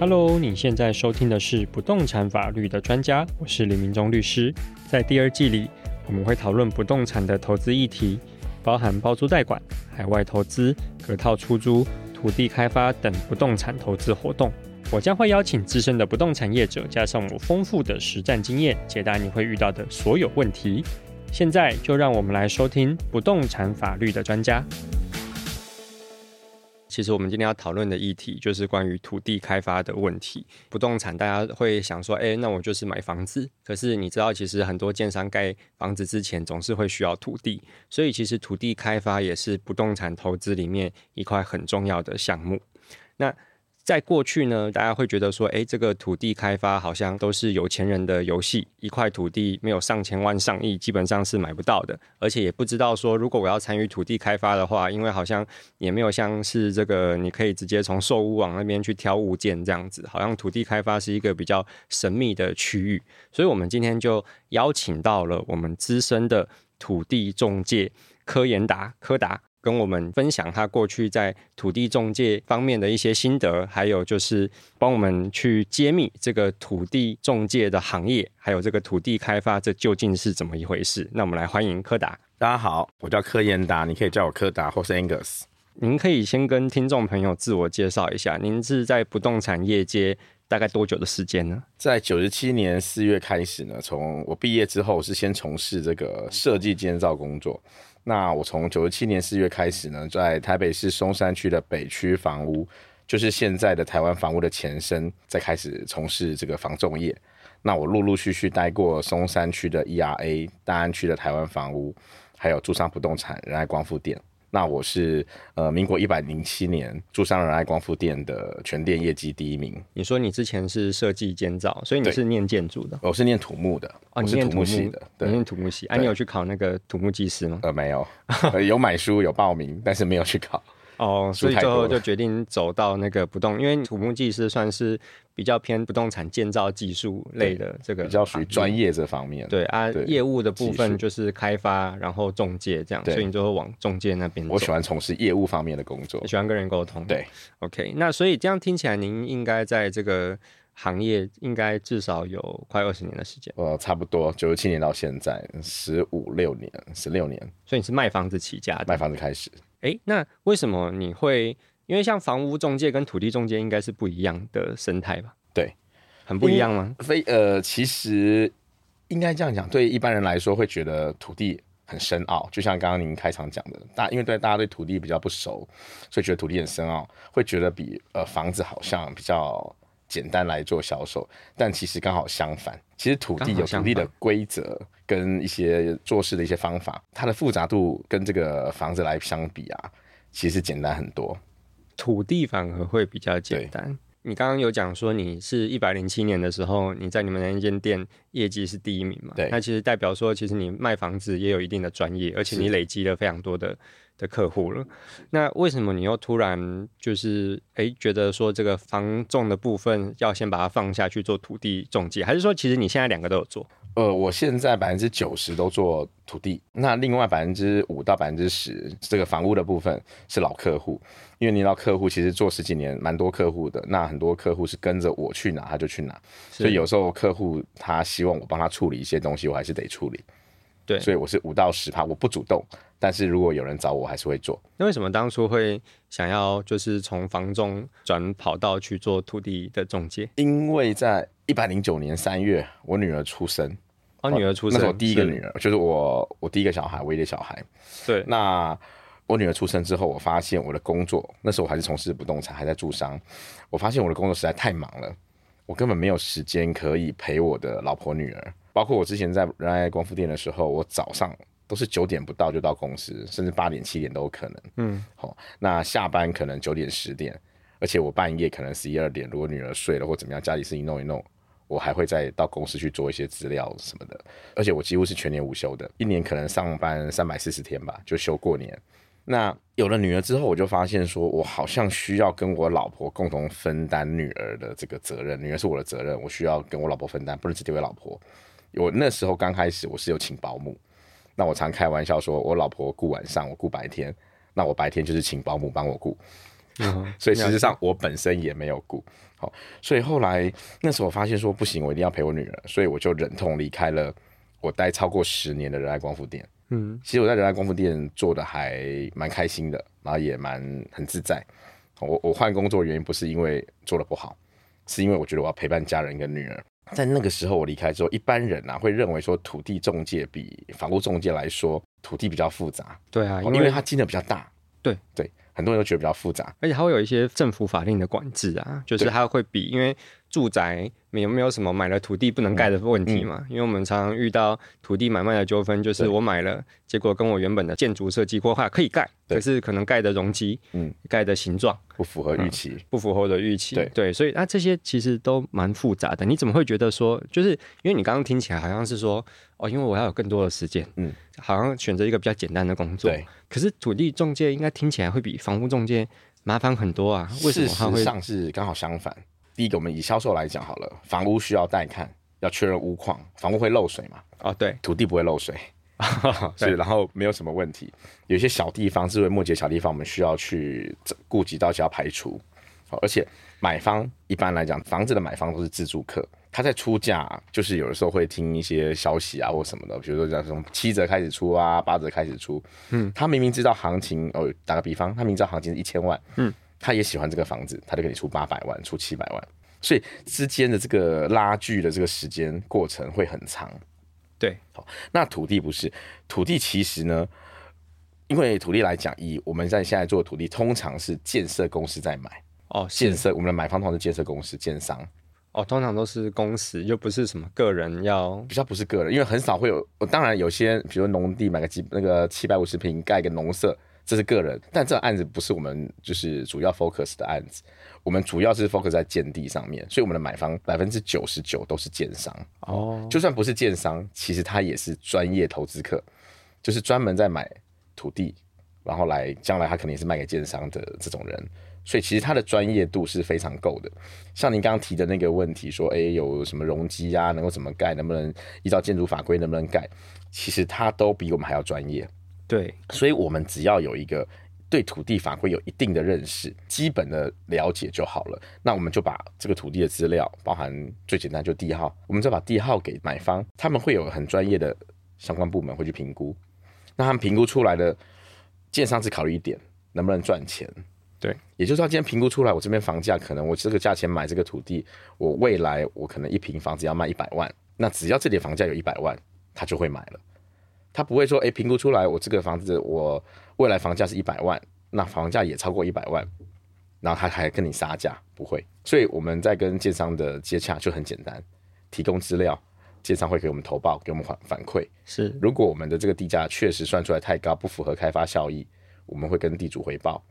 Hello，你现在收听的是不动产法律的专家，我是李明忠律师。在第二季里，我们会讨论不动产的投资议题，包含包租代管、海外投资、隔套出租、土地开发等不动产投资活动。我将会邀请资深的不动产业者，加上我丰富的实战经验，解答你会遇到的所有问题。现在就让我们来收听不动产法律的专家。其实我们今天要讨论的议题就是关于土地开发的问题。不动产大家会想说，哎，那我就是买房子。可是你知道，其实很多建商盖房子之前总是会需要土地，所以其实土地开发也是不动产投资里面一块很重要的项目。那在过去呢，大家会觉得说，哎，这个土地开发好像都是有钱人的游戏，一块土地没有上千万、上亿，基本上是买不到的。而且也不知道说，如果我要参与土地开发的话，因为好像也没有像是这个你可以直接从售屋网那边去挑物件这样子，好像土地开发是一个比较神秘的区域。所以我们今天就邀请到了我们资深的土地中介柯延达柯达跟我们分享他过去在土地中介方面的一些心得，还有就是帮我们去揭秘这个土地中介的行业，还有这个土地开发这究竟是怎么一回事。那我们来欢迎柯达，大家好，我叫柯延达，你可以叫我柯达或是 Angus。您可以先跟听众朋友自我介绍一下，您是在不动产业界大概多久的时间呢？在九十七年四月开始呢，从我毕业之后，我是先从事这个设计建造工作。那我从九十七年四月开始呢，在台北市松山区的北区房屋，就是现在的台湾房屋的前身，再开始从事这个房仲业。那我陆陆续续待过松山区的 ERA、大安区的台湾房屋，还有住商不动产仁爱光复店。那我是呃，民国一百零七年住商仁爱光复店的全店业绩第一名。你说你之前是设计建造，所以你对是念建筑的我是念土木的，哦，我你是念土木系的，你对念，土木系，啊，对你有去考那个土木技师吗？呃，没有， 呃有买书，有报名， 但是没有去考。哦，所以书太最后多了就决定走到那个不动，因为土木技师算是比较偏不动产建造技术类的这个，比较属于专。业这方面。对啊，对业务的部技分术就是开发，然后中介这样，对所以你就会往中介那边走。我喜欢从事业务方面的工作你。喜欢跟人沟通。对，OK，那所以这样听起来，您应该在这个行业应该至少有快二十年的时间，呃，差不多九十七年到现在十五六年，十六年所以你是卖房子起家的。卖房子开始。诶，那为什么你会？因为像房屋中介跟土地中介应该是不一样的生态吧？对，很不一样吗？非呃，其实应该这样讲，对一般人来说会觉得土地很深奥，就像刚刚您开场讲的，大因为对大家对土地比较不熟，所以觉得土地很深奥，会觉得比呃房子好像比较简单来做销售，但其实刚好相反，其实土地刚好有相土反地的规则跟一些做事的一些方法，它的复杂度跟这个房子来相比啊，其实简单很多。土地反而会比较简对单。你刚刚有讲说你是一百零七年的时候，你在你们那间店业绩是第一名嘛？对那其实代表说，其实你卖房子也有一定的专业，而且你累积了非常多的的客户了。那为什么你又突然就是诶觉得说这个房仲的部分要先把它放下去做土地中介，还是说其实你现在两个都有做？呃，我现在百分之九十都做土地，那另外百分之五到百分之十这个房屋的部分是老客户，因为你老客户其实做十几年，蛮多客户的，那很多客户是跟着我去哪他就去哪，所以有时候客户他希望我帮他处理一些东西，我还是得处理，对所以我是五到十趴，我不主动，但是如果有人找我，我还是会做。那为什么当初会想要就是从房仲转跑道去做土地的中介？因为在一百零九年三月，我女儿出生，哦，女儿出那生，是我第一个是女儿，就是我我第一个小孩，唯一的小孩，对，那我女儿出生之后，我发现我的工作，那时候我还是从事不动产，还在住商，我发现我的工作实在太忙了，我根本没有时间可以陪我的老婆女儿。包括我之前在仁爱光复店的时候，我早上都是九点不到就到公司，甚至八点七点都有可能。嗯，好、那下班可能九点十点，而且我半夜可能十一二点，如果女儿睡了或怎么样，家里事情弄一弄，我还会再到公司去做一些资料什么的。而且我几乎是全年无休的，一年可能上班三百四十天吧，就休过年。那有了女儿之后，我就发现说，我好像需要跟我老婆共同分担女儿的这个责任。女儿是我的责任，我需要跟我老婆分担，不能只丢给老婆。我那时候刚开始，我是有请保姆。那我常开玩笑说，我老婆顾晚上，我顾白天。那我白天就是请保姆帮我顾，嗯所以事实上我本身也没有顾好。所以后来那时候我发现说不行，我一定要陪我女儿，所以我就忍痛离开了我待超过十年的仁爱光复店。嗯，其实我在仁爱光复店做的还蛮开心的，然后也蛮很自在。我我换工作的原因不是因为做的不好，是因为我觉得我要陪伴家人跟女儿。在那个时候我离开之后，一般人啊会认为说土地中介比房屋中介来说土地比较复杂，对啊，因因为为它金额比较大。对对，很多人都觉得比较复杂。而且它会有一些政府法令的管制啊，就是对它会比因为住宅没有没有什么买了土地不能嗯盖的问题嘛，因为我们常常遇到土地买卖的纠纷，就是对我买了，结果跟我原本的建筑设计规划可以盖，对可是可能盖的容积、嗯盖的形状不符合嗯预期。不符合我的预期，对所以啊这些其实都蛮复杂的。你怎么会觉得说，就是因为你刚刚听起来好像是说哦，因为我要有更多的时间，嗯，好像选择一个比较简单的工作，对，可是土地中介应该听起来会比房屋中介麻烦很多啊？为什么他事实会？上是刚好相反。第一个，我们以销售来讲好了，房屋需要带看，要确认屋况，房屋会漏水嘛？哦，对，土地不会漏 水，对是，然后没有什么问题。有一些小地方，智慧末节小地方，我们需要去顾及到，就要排除。好，而且买方一般来讲，房子的买方都是自住客，他在出价，就是有的时候会听一些消息啊或什么的，比如说像从七折开始出啊，八折开始出，嗯，他明明知道行情，哦，打个比方，他明知道行情是一千万，嗯，他也喜欢这个房子，他就给你出八百万，出七百万，所以之间的这个拉锯的这个时间过程会很长。对，那土地不是，土地其实呢，因为土地来讲，以我们在现在做的土地，通常是建设公司在买，哦，建是设我们的买方通常是建设公司、建商，哦，通常都是公司，又不是什么个人要比较不是个人，因为很少会有。我当然有些，比如农地买个几那个七百五十平盖个农舍，这是个人，但这个案子不是我们就是主要 focus 的案子，我们主要是 focus 在建地上面，所以我们的买方百分之九十九都是建商。哦，就算不是建商，其实他也是专业投资客，就是专门在买土地，然后来将来他肯定是卖给建商的这种人。所以其实他的专业度是非常够的。像您刚刚提的那个问题，说，诶有什么容积啊，能够怎么盖，能不能依照建筑法规能不能盖，其实他都比我们还要专业。对，所以我们只要有一个对土地法规有一定的认识、基本的了解就好了。那我们就把这个土地的资料，包含最简单就地号，我们再把地号给买方，他们会有很专业的相关部门会去评估。那他们评估出来的，建商只考虑一点，能不能赚钱。对，也就是说，今天评估出来，我这边房价可能我这个价钱买这个土地，我未来我可能一平房子要卖一百万，那只要这里房价有一百万，他就会买了。他不会说，诶，评估出来我这个房子我未来房价是一百万，那房价也超过一百万，然后他还跟你杀价，不会。所以我们在跟建商的接洽就很简单，提供资料，建商会给我们投报，给我们反反馈。是如果我们的这个地价确实算出来太高，不符合开发效益，我们会跟地主汇报，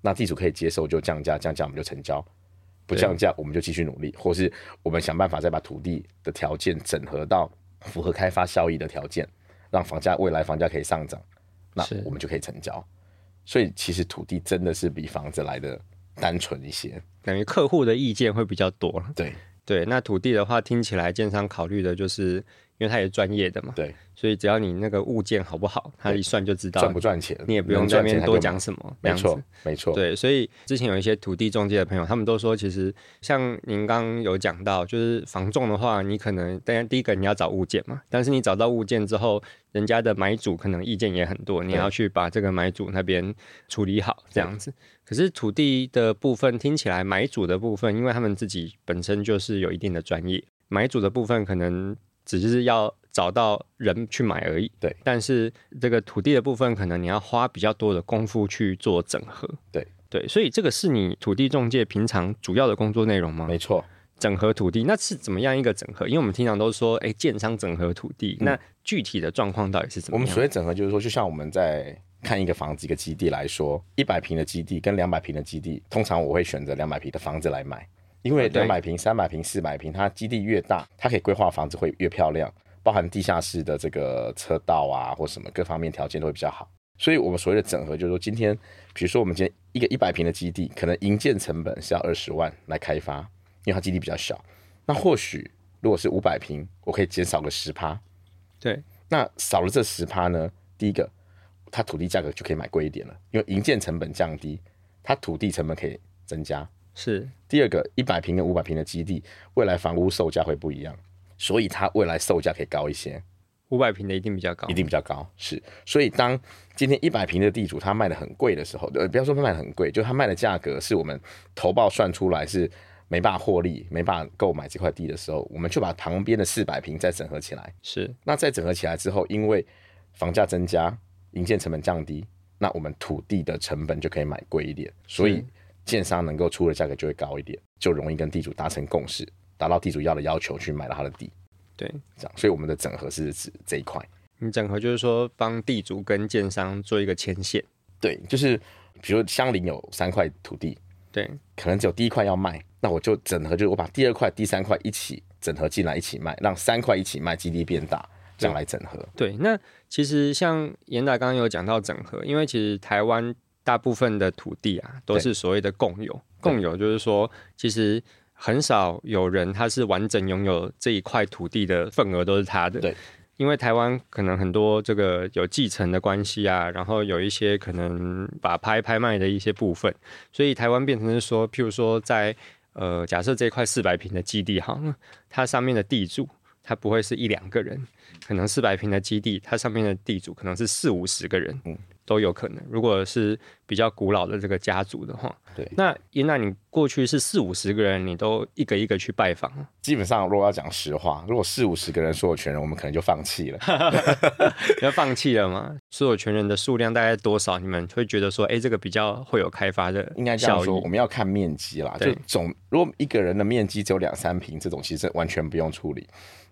那地主可以接受就降价，降价我们就成交，不对降价我们就继续努力，或是我们想办法再把土地的条件整合到符合开发效益的条件，让房价未来房价可以上涨，那是我们就可以成交。所以其实土地真的是比房子来的单纯一些，等于客户的意见会比较多了。对对，那土地的话，听起来建商考虑的就是，因为他也专业的嘛，对，所以只要你那个物件好不好，他一算就知道赚不，赚钱，你也不用能在赚那钱边他多就讲买，什么，没这样错子没错，对，所以之前有一些土地中介的朋友，他们都说，其实像您刚刚有讲到，就是房仲的话，你可能当然第一个你要找物件嘛，但是你找到物件之后，人家的买主可能意见也很多，你对要去把这个买主那边处理好，这样子。可是土地的部分听起来，买主的部分，因为他们自己本身就是有一定的专业，买主的部分可能只是要找到人去买而已。对，但是这个土地的部分，可能你要花比较多的功夫去做整合。对对，所以这个是你土地中介平常主要的工作内容吗？没错。整合土地，那是怎么样一个整合？因为我们经常都说，哎，建商整合土地，那具体的状况到底是怎嗯我么们样所？谓整合，就是说，就像我们在看一个房子一个基地来说，一百平的基地跟两百平的基地，通常我会选择两百平的房子来买，因为哦对两百平、三百平、四百平，它基地越大，它可以规划房子会越漂亮，包含地下室的这个车道啊或什么各方面条件都会比较好。所以我们所谓的整合，就是说今天，比如说我们今天一个一百平的基地，可能营建成本是要二十万来开发，因为它基地比较小。那或许如果是五百平，我可以减少个十趴。对，那少了这十趴呢，第一个，它土地价格就可以买贵一点了，因为营建成本降低，它土地成本可以增加。是第二个，一百平跟五百平的基地，未来房屋售价会不一样，所以它未来售价可以高一些。五百平的一定比较高，一定比较高，是。所以当今天一百平的地主他卖的很贵的时候，呃，不要说他卖的很贵，就是他卖的价格是我们投报算出来是没办法获利、没办法购买这块地的时候，我们就把旁边的四百平再整合起来。是那再整合起来之后，因为房价增加，营建成本降低，那我们土地的成本就可以买贵一点，所以建商能够出的价格就会高一点，就容易跟地主达成共识，达到地主要的要求去买到他的地，对。这样。所以我们的整合是指这一块。你整合就是说帮地主跟建商做一个牵线，对，就是比如相邻有三块土地，对，可能只有第一块要卖，那我就整合，就是我把第二块、第三块一起整合进来一起卖，让三块一起卖，基地变大，这样来整合。对，那其实像严达刚刚有讲到整合，因为其实台湾大部分的土地啊都对是所谓的共有，共有就是说其实。很少有人他是完整拥有这一块土地的份额都是他的，对，因为台湾可能很多这个有继承的关系啊，然后有一些可能把拍拍卖的一些部分，所以台湾变成是说，譬如说在呃假设这块四百平的基地好了，它上面的地主他不会是一两个人，可能四百平的基地，它上面的地主可能是四五十个人，嗯都有可能。如果是比较古老的这个家族的话，对那那你过去是四五十个人，你都一个一个去拜 访，基本上，如果要讲实话，如果四五十个人所有权人，我们可能就放弃了。 要放弃了吗？所有权人的数量大概多少？你们会觉得说，哎、这个比较会有开发的应该这样效说，我益？们要看面积啦，就对总如果一个人的面积只有两三平，这种其实完全不用处理，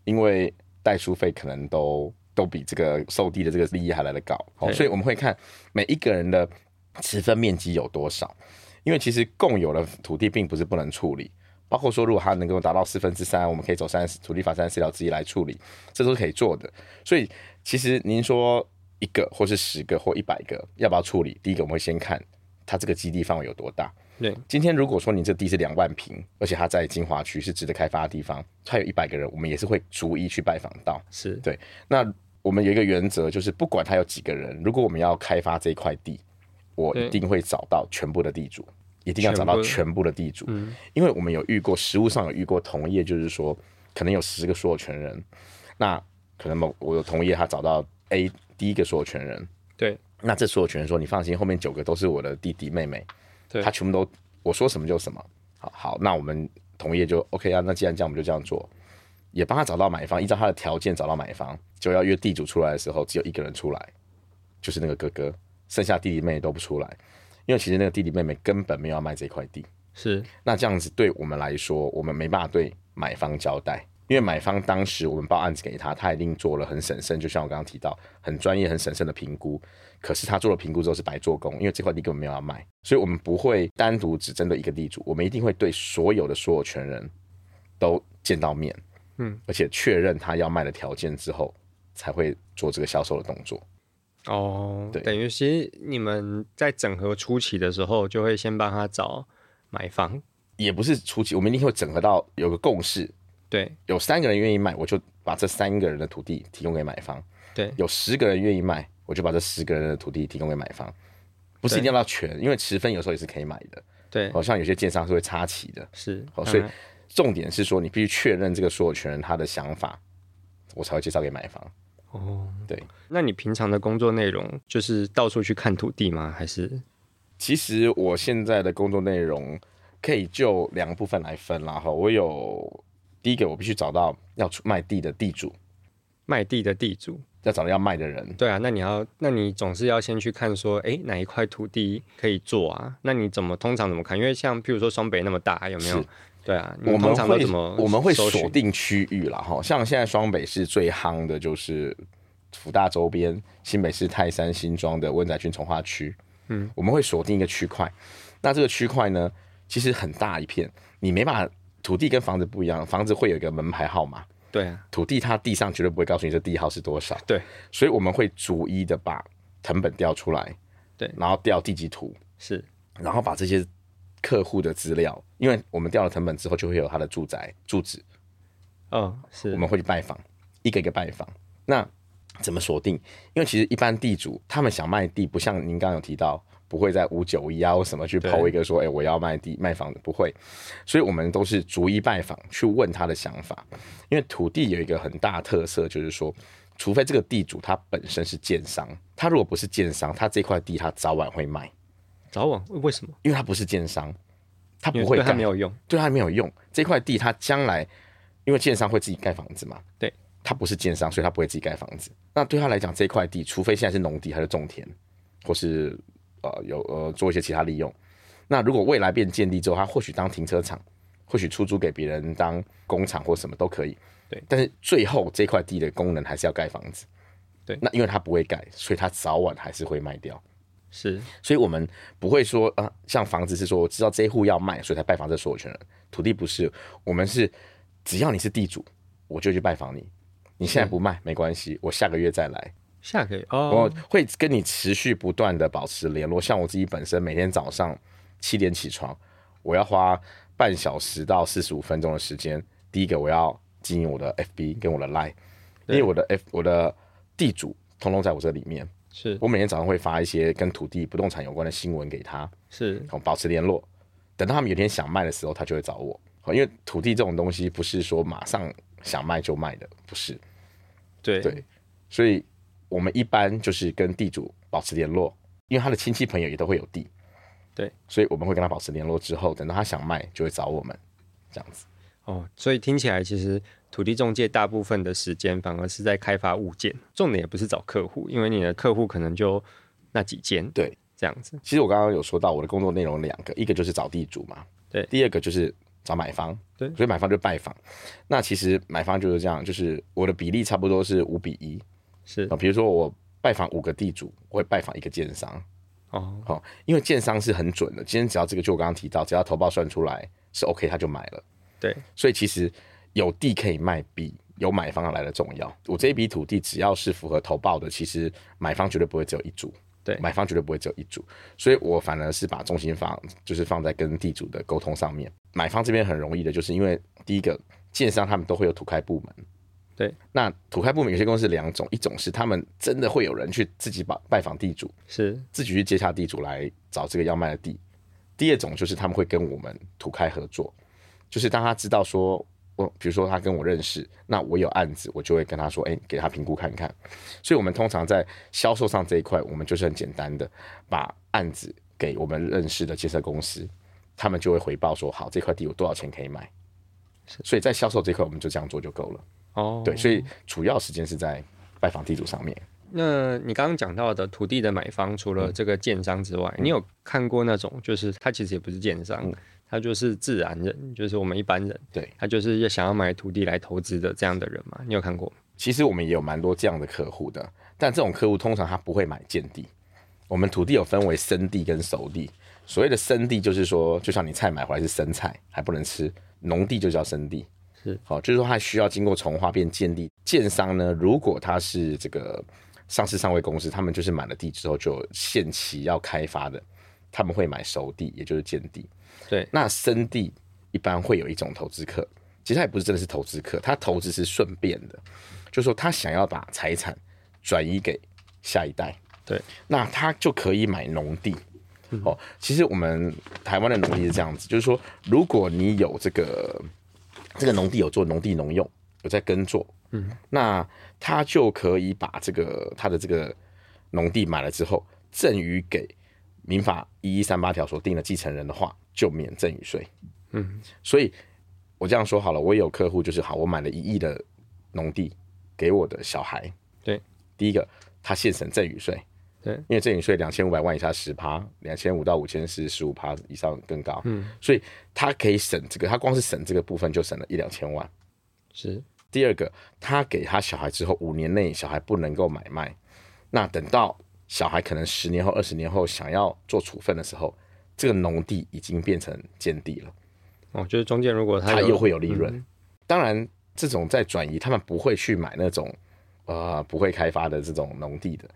因为代书费可能都都比这个售地的这个利益还来得高、哦，对所以我们会看每一个人的持分面积有多少，因为其实共有的土地并不是不能处理。包括说，如果它能够达到四分之三，我们可以走三十土地法三十条之一来处理，这都是可以做的。所以其实您说一个或是十个或一百个要不要处理，第一个我们会先看它这个基地范围有多大，对，今天如果说你这地是两万平，而且它在金华区是值得开发的地方，它有一百个人，我们也是会逐一去拜访到。是对那我们有一个原则，就是不管它有几个人，如果我们要开发这块地，我对一定会找到全部的地主，一定要找全部到的全部的地主，嗯因为我们有遇过，实务上有遇过同业，就是说可能有十个所有权人，那可能某我有同业他找到 A 第一个所有权人，对，那这所有权人说你放心，后面九个都是我的弟弟妹妹，对他全部都我说什么就什么。好好，那我们同业就 OK 啊，那既然这样，我们就这样做，也帮他找到买方，依照他的条件找到买方，就要约地主出来的时候，只有一个人出来，就是那个哥哥，剩下弟弟妹妹都不出来，因为其实那个弟弟妹妹根本没有要卖这块地。是，那这样子对我们来说，我们没办法对买方交代，因为买方当时我们报案子给他，他一定做了很审慎，就像我刚刚提到，很专业、很审慎的评估。可是他做了评估之后是白做工，因为这块地根本没有要卖，所以我们不会单独只针对一个地主，我们一定会对所有的所有权人都见到面，嗯，而且确认他要卖的条件之后，才会做这个销售的动作。哦，对等于其实你们在整合初期的时候，就会先帮他找买房，也不是初期，我们一定会整合到有个共识，对有三个人愿意卖，我就把这三个人的土地提供给买方。对有十个人愿意卖，我就把这十个人的土地提供给买方，不是对一定要到全，因为持分有时候也是可以买的，对好、，像有些建商是会插旗的，是，嗯好、所以当然重点是说你必须确认这个所有权人他的想法，我才会介绍给买方。哦，对。那你平常的工作内容就是到处去看土地吗？还是其实我现在的工作内容可以就两个部分来分啦，哈，我有第一个我必须找到要出卖地的地主，卖地的地主？要找到要卖的人，对啊，那你要，那你总是要先去看说，诶，哪一块土地可以做啊？那你怎么通常怎么看？因为像譬如说双北那么大，有没有是？对啊，你我们通常都会怎么我们会搜寻锁定区域啦，哈，像现在双北是最夯的就是福大周边、新北市泰山新庄的温宅区从化区，嗯，我们会锁定一个区块。那这个区块呢，其实很大一片，你没办法，土地跟房子不一样，房子会有一个门牌号码，对啊，土地它地上绝对不会告诉你这地号是多少，对，所以我们会逐一的把藤本调出来，对然后调地籍图，是然后把这些客户的资料，因为我们调了藤本之后，就会有他的住宅住址，嗯是我们会去拜访，一个一个拜访。那怎么锁定？因为其实一般地主他们想卖地，不像您刚刚有提到，不会在五九一啊或什么去对抛一个说，哎、我要卖地卖房子，不会。所以我们都是逐一拜访，去问他的想法。因为土地有一个很大的特色，就是说，除非这个地主他本身是建商，他如果不是建商，他这块地他早晚会卖，早晚为什么？因为他不是建商，他因不为会对他干没有用，对他没有用。这块地他将来，因为建商会自己盖房子嘛，对，他不是建商，所以他不会自己盖房子。那对他来讲，这块地除非现在是农地，他就种田，或是呃有呃做一些其他利用。那如果未来变建地之后，他或许当停车场，或许出租给别人当工厂或什么都可以。对但是最后这块地的功能还是要盖房子。对那因为他不会盖，所以他早晚还是会卖掉。是所以我们不会说啊，像房子是说我知道这一户要卖，所以才拜访这所有权人。土地不是，我们是只要你是地主，我就去拜访你。你现在不卖没关系，我下个月再来。下个月我哦，会跟你持续不断的保持联络。像我自己本身每天早上七点起床，我要花半小时到四十五分钟的时间。第一个我要经营我的 FB 跟我的 Line，因对为我的 F 我的地主通通在我这里面。是我每天早上会发一些跟土地、不动产有关的新闻给他，是哦保持联络。等到他们有一天想卖的时候，他就会找我。哦因为土地这种东西不是说马上想卖就卖的，不是。对对所以我们一般就是跟地主保持联络，因为他的亲戚朋友也都会有地，对，所以我们会跟他保持联络。之后等到他想卖，就会找我们，这样子。哦，所以听起来其实土地中介大部分的时间反而是在开发物件，重点也不是找客户，因为你的客户可能就那几间，对，这样子，其实我刚刚有说到我的工作内容两个，一个就是找地主嘛，对第二个就是找买方，对所以买方就拜访。那其实买方就是这样，就是我的比例差不多是五比一是啊，比如说我拜访五个地主，我会拜访一个建商，哦，好、因为建商是很准的，今天只要这个就我刚刚提到，只要投报算出来是 OK，他就买了。对，所以其实有地可以卖，比有买方来的重要。我这一笔土地只要是符合投报的，其实买方绝对不会只有一组，对买方绝对不会只有一组。所以我反而是把重心放就是放在跟地主的沟通上面。买方这边很容易的，就是因为第一个建商他们都会有土开部门。对，那土开部门有些公司是两种，一种是他们真的会有人去自己拜拜访地主，是自己去接洽地主来找这个要卖的地。第二种就是他们会跟我们土开合作，就是当他知道说，我比如说他跟我认识，那我有案子，我就会跟他说，哎、给他评估看看。所以我们通常在销售上这一块，我们就是很简单的把案子给我们认识的建设公司，他们就会回报说，好，这块地有多少钱可以买。所以在销售这块，我们就这样做就够了。哦，对，所以主要时间是在拜访地主上面。那你刚刚讲到的土地的买方，除嗯了这个建商之外，你有看过那种，就是他其实也不是建商，他就是自然人，就是我们一般人，嗯对他就是要想要买土地来投资的这样的人嘛？你有看过吗？其实我们也有蛮多这样的客户的，但这种客户通常他不会买建地。我们土地有分为生地跟熟地，所谓的生地就是说，就像你菜买回来是生菜还不能吃，农地就叫生地。是好、就是说它需要经过从化变建地。建商呢，如果他是这个上市上位公司，他们就是买了地之后就有限期要开发的，他们会买熟地，也就是建地。对那生地一般会有一种投资客，其实他也不是真的是投资客，他投资是顺便的，就是说他想要把财产转移给下一代，对，嗯那他就可以买农地。哦，其实我们台湾的农地是这样子，就是说，如果你有这个这个农地有做农地农用，有在耕作，嗯，那他就可以把这个他的这个农地买了之后，赠与给民法一一三八条所定的继承人的话，就免赠与税。嗯，所以我这样说好了，我也有客户就是好，我买了一亿的农地给我的小孩，对，第一个他现省赠与税，对因为赠与税两千五百万以下十趴，两千五到五千是十五趴以上更高，嗯，所以他可以省这个，他光是省这个部分就省了一两千万。是第二个，他给他小孩之后五年内小孩不能够买卖，那等到小孩可能十年后、二十年后想要做处分的时候，这个农地已经变成建地了，哦，就是中间如果他它有嗯又会有利润。当然，这种在转移，他们不会去买那种呃不会开发的这种农地的，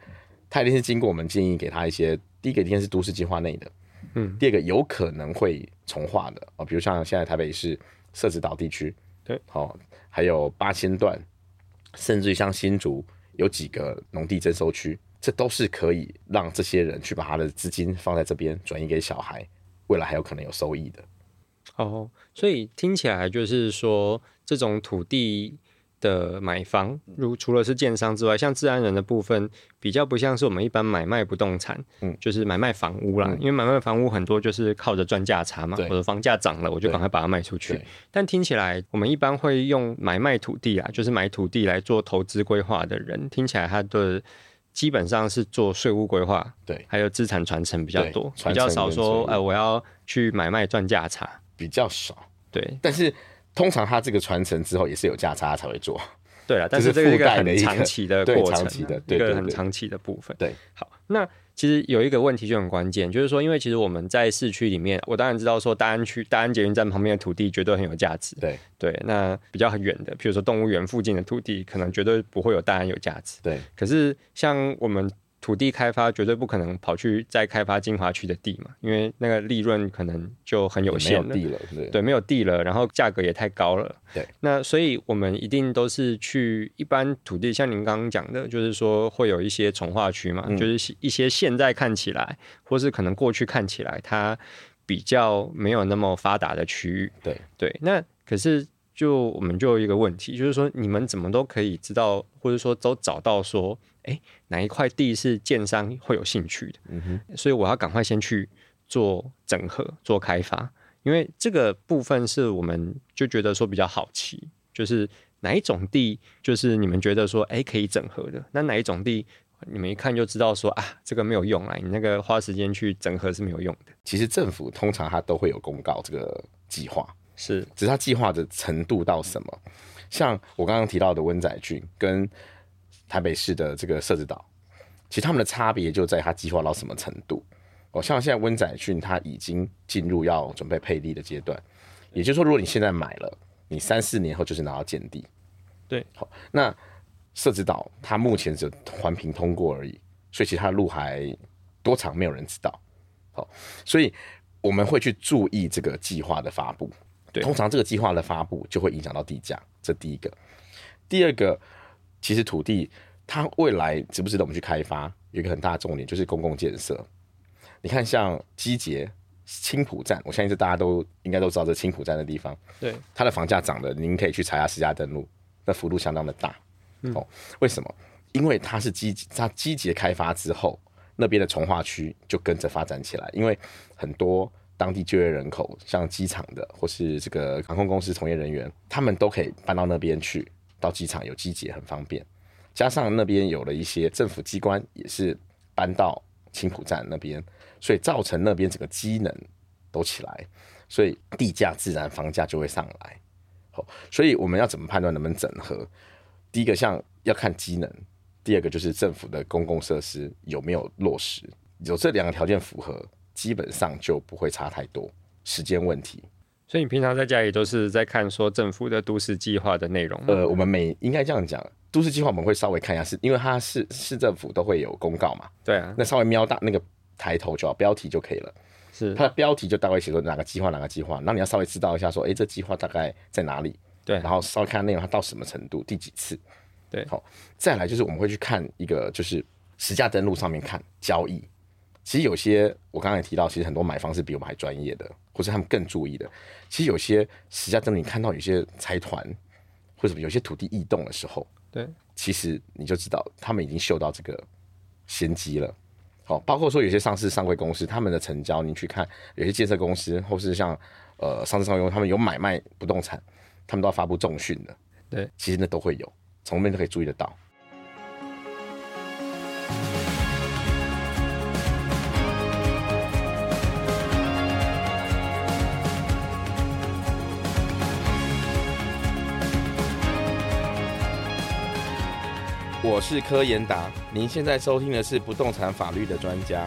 他一定是经过我们建议给他一些，第一个一定是都市计划内的，嗯，第二个有可能会重化的哦，比如像现在台北市社子岛地区，对，好、还有八仙段，甚至于像新竹有几个农地征收区，这都是可以让这些人去把他的资金放在这边转移给小孩，未来还有可能有收益的。哦，所以听起来就是说，这种土地的买房，嗯如除了是建商之外，像自然人的部分，比较不像是我们一般买卖不动产，嗯就是买卖房屋啦。嗯因为买卖房屋很多就是靠着赚价差嘛，对我的房价涨了，我就对赶快把它卖出去对。但听起来，我们一般会用买卖土地啊，就是买土地来做投资规划的人，听起来他的。基本上是做税务规划，对还有资产传承比较对多，比传较承少跟说，税务哎、我要去买卖赚价差，比较少，对，但是通常他这个传承之后也是有价差才会做。对了，但是这是这个是一个附带的很一个长期的 对过程，啊长期的对一个对很对长期的部分。对，好，那其实有一个问题就很关键，就是说，因为其实我们在市区里面，我当然知道说大安区大安捷运站旁边的土地绝对很有价值，对对，那比较远的，譬如说动物园附近的土地，可能绝对不会有大安有价值。对可是像我们土地开发，绝对不可能跑去再开发金华区的地嘛，因为那个利润可能就很有没限有了。地了，对对，没有地了，然后价格也太高了。对，那所以我们一定都是去一般土地，像您刚刚讲的，就是说会有一些从化区嘛，嗯就是一些现在看起来，或是可能过去看起来它比较没有那么发达的区域。对对，那可是就我们就有一个问题，就是说你们怎么都可以知道，或者说都找到说，哎，哪一块地是建商会有兴趣的？嗯哼，所以我要赶快先去做整合、做开发，因为这个部分是我们就觉得说比较好奇，就是哪一种地，就是你们觉得说哎可以整合的，那哪一种地，你们一看就知道说啊这个没有用啊，你那个花时间去整合是没有用的，其实政府通常它都会有公告这个计划，是只是它计划的程度到什么。像我刚刚提到的温仔郡跟台北市的这个社子岛，其实他们的差别就在它计划到什么程度。哦，像现在温仔郡它已经进入要准备配地的阶段，也就是说，如果你现在买了，你三四年后就是拿到建地。对，好，那社子岛它目前只有环评通过而已，所以其实它的路还多长没有人知道。好，所以我们会去注意这个计划的发布。对通常这个计划的发布就会影响到地价，这第一个。第二个，其实土地它未来值不值得我们去开发，有一个很大的重点就是公共建设。你看，像基捷、青浦站，我相信这大家都应该都知道，这青浦站的地方，对，它的房价涨的，您可以去查一下私家登录，那幅度相当的大。哦，为什么？因为它是基它基捷开发之后，那边的从化区就跟着发展起来，因为很多当地就业人口，像机场的或是这个航空公司从业人员，他们都可以搬到那边去，到机场有机捷很方便。加上那边有了一些政府机关也是搬到青浦站那边，所以造成那边整个机能都起来，所以地价自然房价就会上来。好，所以我们要怎么判断能不能整合？第一个像要看机能，第二个就是政府的公共设施有没有落实，有这两个条件符合，基本上就不会差太多。时间问题，所以你平常在家里都是在看说政府的都市计划的内容吗，呃，我们每应该这样讲，都市计划我们会稍微看一下，是因为它市市政府都会有公告嘛，对啊，那稍微瞄大那个抬头就好，标题就可以了。是它的标题就大概写说哪个计划哪个计划，那你要稍微知道一下说，诶，这计划大概在哪里，对啊然后稍微看内容它到什么程度，第几次，对好，再来就是我们会去看一个就是实价登录上面看交易，其实有些我刚才也提到，其实很多买方是比我们还专业的，或是他们更注意的，其实有些实价登录你看到有些财团或者有些土地异动的时候，对，其实你就知道他们已经嗅到这个先机了。好，包括说有些上市上柜公司，他们的成交，你去看有些建设公司，或是像呃上市上柜公司，他们有买卖不动产，他们都要发布重讯的。对，其实那都会有，从那边都可以注意得到。我是柯延达，您现在收听的是不动产法律的专家。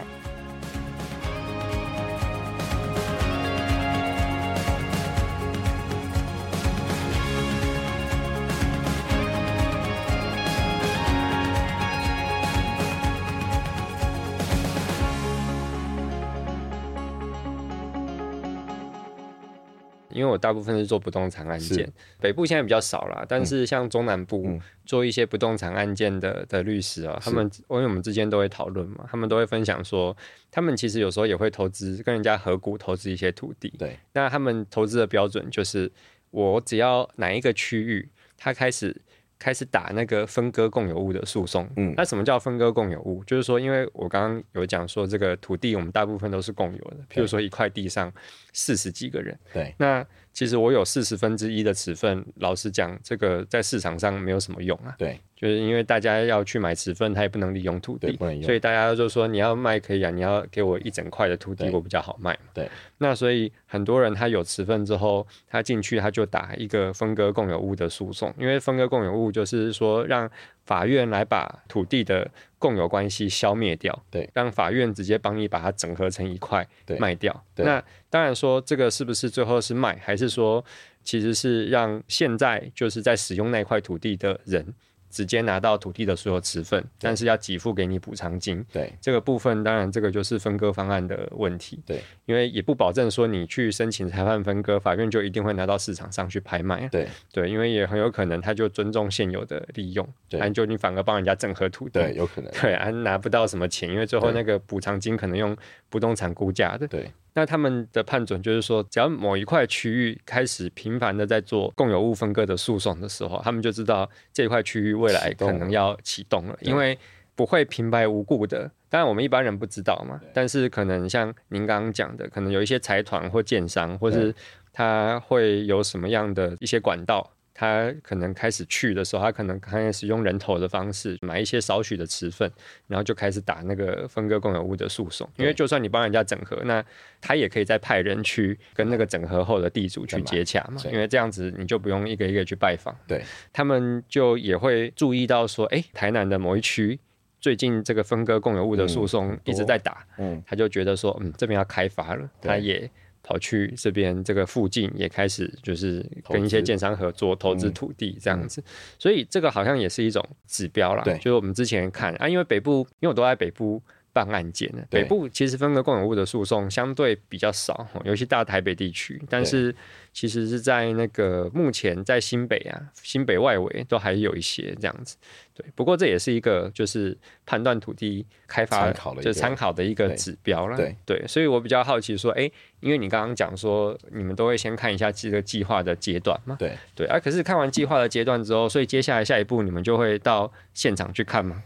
因为我大部分是做不动产案件是，北部现在比较少啦，但是像中南部、嗯做一些不动产案件的的律师啊，他是们因为我们之间都会讨论嘛，他们都会分享说，他们其实有时候也会投资跟人家合股投资一些土地，对，那他们投资的标准就是我只要哪一个区域，他开始。开始打那个分割共有物的诉讼。嗯那什么叫分割共有物？就是说，因为我刚刚有讲说，这个土地我们大部分都是共有的，譬如对说一块地上四十几个人，对，那其实我有四十分之一的持份，老实讲，这个在市场上没有什么用啊。对，就是因为大家要去买持份，他也不能利用土对地不能，用所以大家就说你要卖可以啊，你要给我一整块的土地，对我比较好卖嘛。对，那所以很多人他有持份之后，他进去他就打一个分割共有物的诉讼，因为分割共有物就是说让法院来把土地的共有关系消灭掉，对让法院直接帮你把它整合成一块对卖掉。对那当然说这个是不是最后是卖，还是说其实是让现在就是在使用那块土地的人。直接拿到土地的所有持份，但是要给付给你补偿金。对，这个部分当然这个就是分割方案的问题。对，因为也不保证说你去申请裁判分割，法院就一定会拿到市场上去拍卖。啊对，对，因为也很有可能他就尊重现有的利用，对啊就你反而帮人家整合土地。对，有可能，对，啊，拿不到什么钱，因为最后对那个补偿金可能用不动产估价的。对，那他们的判准就是说，只要某一块区域开始频繁的在做共有物分割的诉讼的时候，他们就知道这块区域未来启动可了能要启动了，对因为不会平白无故的。当然，我们一般人不知道嘛，但是可能像您刚刚讲的，可能有一些财团或建商，或是他会有什么样的一些管道。他可能开始去的时候，他可能开始用人头的方式买一些少许的持份，然后就开始打那个分割共有物的诉讼。因为对就算你帮人家整合，那他也可以再派人去跟那个整合后的地主去接洽嘛，对因为这样子你就不用一个一个去拜访。对，他们就也会注意到说，哎，台南的某一区最近这个分割共有物的诉讼一直在打，嗯，他就觉得说，嗯，这边要开发了，对他也跑去这边这个附近也开始就是投资嗯跟一些建商合作投资土地这样子，所以这个好像也是一种指标啦。对就是我们之前看啊，因为北部，因为我都在北部。办案件的对北部其实分割共有物的诉讼相对比较少，哦尤其大台北地区，但是其实是在那个目前在新北啊、新北外围都还有一些这样子。对，不过这也是一个就是判断土地开发参考的一就个参考的一个对指标啦。对所以我比较好奇说，哎、因为你刚刚讲说你们都会先看一下这个计划的阶段嘛，对，对啊，可是看完计划的阶段之后，所以接下来下一步你们就会到现场去看吗？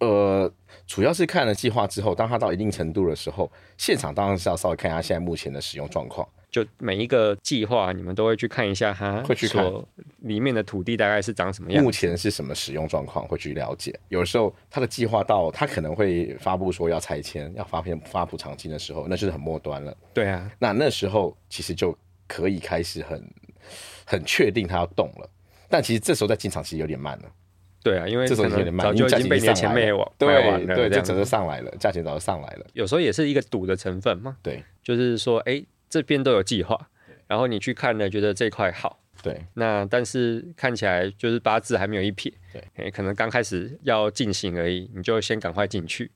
呃，主要是看了计划之后，当他到一定程度的时候，现场当然是要稍微看一下现在目前的使用状况。就每一个计划，你们都会去看一下它会去看所里面的土地大概是长什么样目。前是什么使用状况会去了解。有时候他的计划到他可能会发布说要拆迁、要发片发补偿金的时候，那就是很末端了。对啊，那那时候其实就可以开始很很确定他要动了。但其实这时候再进场其实有点慢了，对啊，因为这时候可有点能慢，早因就为已价经钱被你的钱上来灭了完，卖完对了对，这就样整子。个上来了，价钱早就上来了，有时候也是一个赌的成分嘛，对就是说，哎、这边都有计划，然后你去看了，觉得这块好，对那但是看起来就是八字还没有一撇，对诶，可能刚开始要进行而已，你就先赶快进去，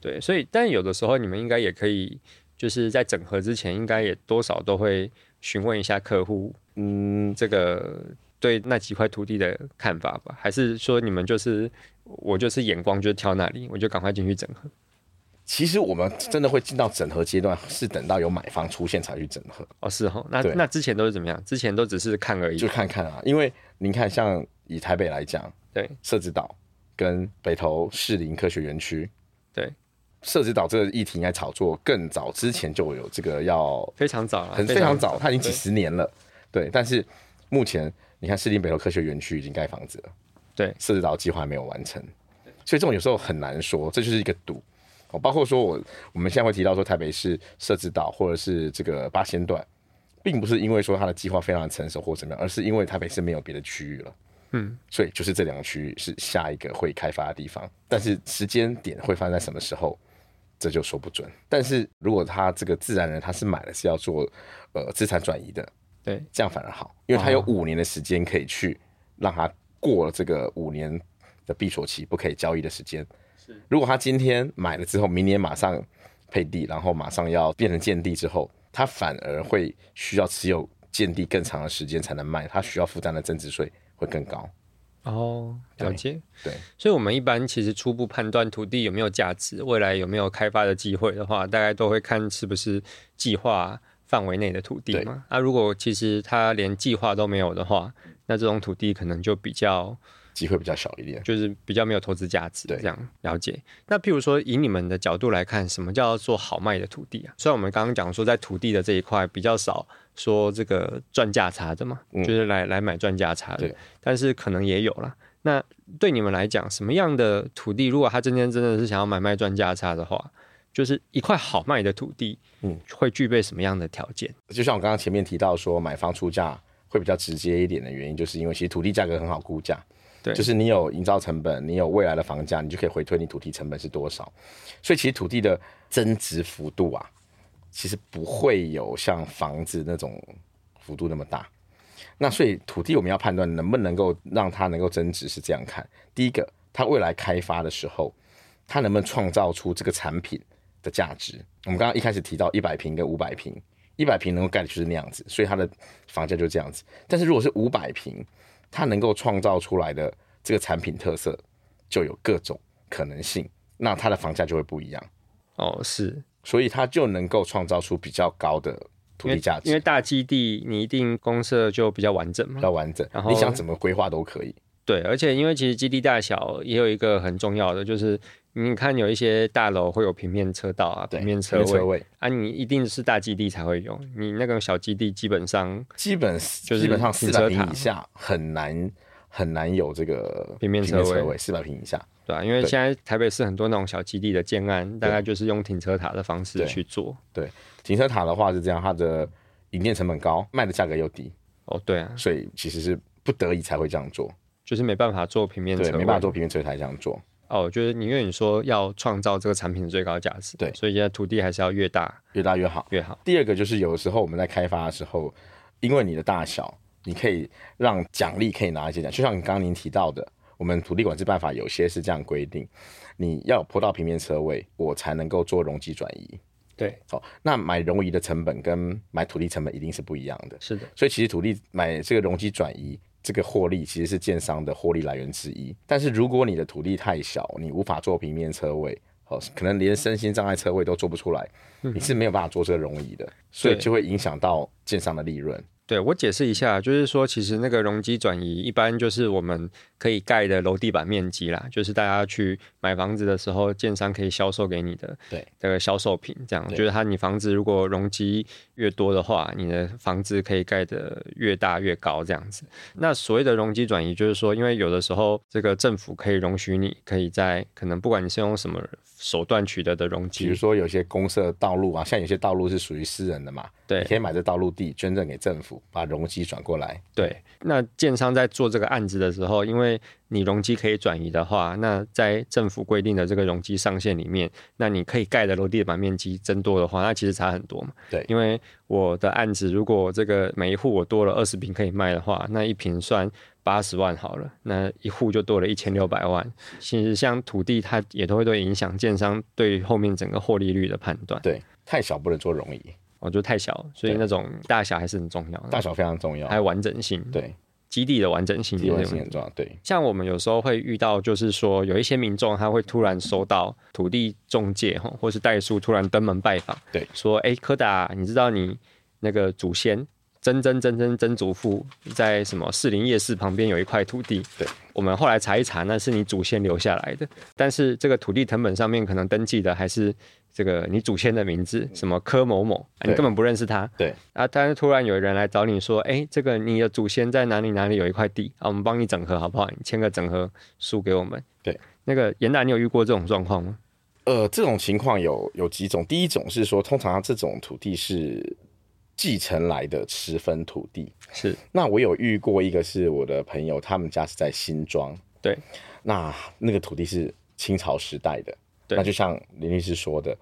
对，所以但有的时候你们应该也可以，就是在整合之前，应该也多少都会询问一下客户嗯，这个对那几块土地的看法吧，还是说你们就是我就是眼光就挑那里，我就赶快进去整合，其实我们真的会进到整合阶段，是等到有买方出现才去整合。哦是哦，那对那之前都是怎么样？之前都只是看而已就，看看啊，因为您看，像以台北来讲，对社子岛跟北投士林科学园区，对，社子岛这个议题应该炒作更早之前就有这个要非常早啊，很非常早，它已经对几十年了，对。但是目前你看士林北投科学园区已经盖房子了，对社子岛计划还没有完成，所以这种有时候很难说，这就是一个赌。哦，包括说我我们现在会提到说台北市社子岛或者是这个八仙段，并不是因为说它的计划非常成熟或怎么样，而是因为台北市没有别的区域了。嗯，所以就是这两个区域是下一个会开发的地方，但是时间点会发生在什么时候，这就说不准。但是如果他这个自然人他是买了是要做呃资产转移的，对，这样反而好，因为他有五年的时间可以去让他过了这个五年的闭锁期，不可以交易的时间。如果他今天买了之后，明年马上配地，然后马上要变成建地之后，他反而会需要持有建地更长的时间才能卖，他需要负担的增值税会更高。哦，了解。对，所以我们一般其实初步判断土地有没有价值，未来有没有开发的机会的话，大概都会看是不是计划范围内的土地对嘛。啊，如果其实它连计划都没有的话，那这种土地可能就比较机会比较小一点。就是比较没有投资价值，对这样了解。那譬如说，以你们的角度来看，什么叫做好卖的土地啊？虽然我们刚刚讲说，在土地的这一块比较少说这个赚价差的嘛，嗯就是来来买赚价差的对，但是可能也有啦。那对你们来讲，什么样的土地，如果他今天真的是想要买卖赚价差的话，就是一块好卖的土地，嗯，会具备什么样的条件？就像我刚刚前面提到说，买方出价会比较直接一点的原因，就是因为其实土地价格很好估价，对就是你有营造成本，你有未来的房价，你就可以回推你土地成本是多少。所以其实土地的增值幅度啊，其实不会有像房子那种幅度那么大。那所以土地我们要判断能不能够让它能够增值，是这样看：第一个，它未来开发的时候，它能不能创造出这个产品的价值？我们刚刚一开始提到一百平跟五百平，一百平能够盖的就是那样子，所以它的房价就这样子。但是如果是五百平，它能够创造出来的这个产品特色就有各种可能性，那它的房价就会不一样，哦，是所以它就能够创造出比较高的土因为地价因为值，大基地你一定公社就比较完整嘛比，较完整然。后你想怎么规划都可以。对，而且因为其实基地大小也有一个很重要的，就是你看有一些大楼会有平面车道啊、对平面车平位面车位啊，你一定是大基地才会有，你那个小基地基本上基本就是基本上停四车百塔平以下很难很难有这个平面车位车位，四百平以下。对啊吧、因为对现在台北市很多那种小基地的建案，大概就是用停车塔的方式对去做。停车塔的话是这样，它的营建成本高，卖的价格又低，哦，对啊，所以其实是不得已才会这样做。就是没办法做平面车对，位，没办法做平面车台这样做。哦，就是你因为你说要创造这个产品的最高价值，对所以现在土地还是要越大越大越好。越好。第二个就是有时候我们在开发的时候，因为你的大小，你可以让奖励可以拿一些奖，就像你刚刚您提到的，我们土地管制办法有些是这样规定，你要有坡道平面车位，我才能够做容积转移。对，哦，那买容移的成本跟买土地成本一定是不一样的，是的，所以其实土地买这个容积转移。这个获利其实是建商的获利来源之一，但是如果你的土地太小，你无法做平面车位，哦，可能连身心障碍车位都做不出来，你是没有办法做这个容移的，所以嗯对就会影响到建商的利润。对我解嗯释一下，就是说，其实那个容积转移一般就是我们可以盖的楼地板面积啦，就是大家去买房子的时候，建商可以销售给你的对这个销售品，这样对就是它你房子如果容积越多的话，你的房子可以盖得越大越高这样子。那所谓的容积转移，就是说，因为有的时候这个政府可以容许你可以在可能不管你是用什么手段取得的容比积，如说有些公社道路啊，像有些道路是属于私人的嘛，对你可以买这道路地捐赠给政府，把容积转过来。对，那建商在做这个案子的时候，因为你容积可以转移的话，那在政府规定的这个容积上限里面，那你可以盖的楼地板面积增多的话，那其实差很多嘛。对因为我的案子如果这个每一户我多了二十平可以卖的话，那一平算八十万好了，那一户就多了一千六百万。其实像土地，它也都会对影响建商对后面整个获利率的判断。对，太小不能做容移，我觉得太小，所以对那种大小还是很重要的，大小非常重要嗯还。有完整性。。对，基地的完整性地也位是性很重要。对，像我们有时候会遇到，就是说有一些民众他会突然收到土地中介吼，或是代书突然登门拜访，对说哎柯达，你知道你那个祖先曾曾曾曾曾祖父在什么士林夜市旁边有一块土地，对，我们后来查一查，那是你祖先留下来的，但是这个土地成本上面可能登记的还是这个你祖先的名字，什么柯某某，啊你对根本不认识他，对，啊，但是突然有人来找你说，哎，这个你的祖先在哪里哪里有一块地啊，我们帮你整合好不好？你签个整合书给我们。对，那个严达，你有遇过这种状况吗？呃，这种情况有有几种，第一种是说，通常这种土地是继承来的持分土地。是那我有遇过一个是我的朋友，他们家是在新庄，对，那那个土地是清朝时代的，对那就像林律师说的，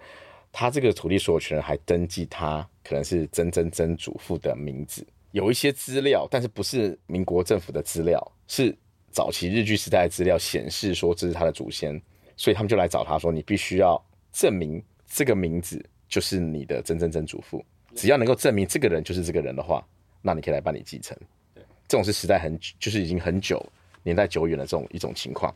他这个土地所有权人还登记他可能是曾曾曾祖父的名字，有一些资料，但是不是民国政府的资料，是早期日据时代的资料显示说这是他的祖先，所以他们就来找他说，你必须要证明这个名字就是你的曾曾曾祖父，只要能够证明这个人就是这个人的话，那你可以来办理继承。这种是时代很就是已经很久年代久远的这种一种情况。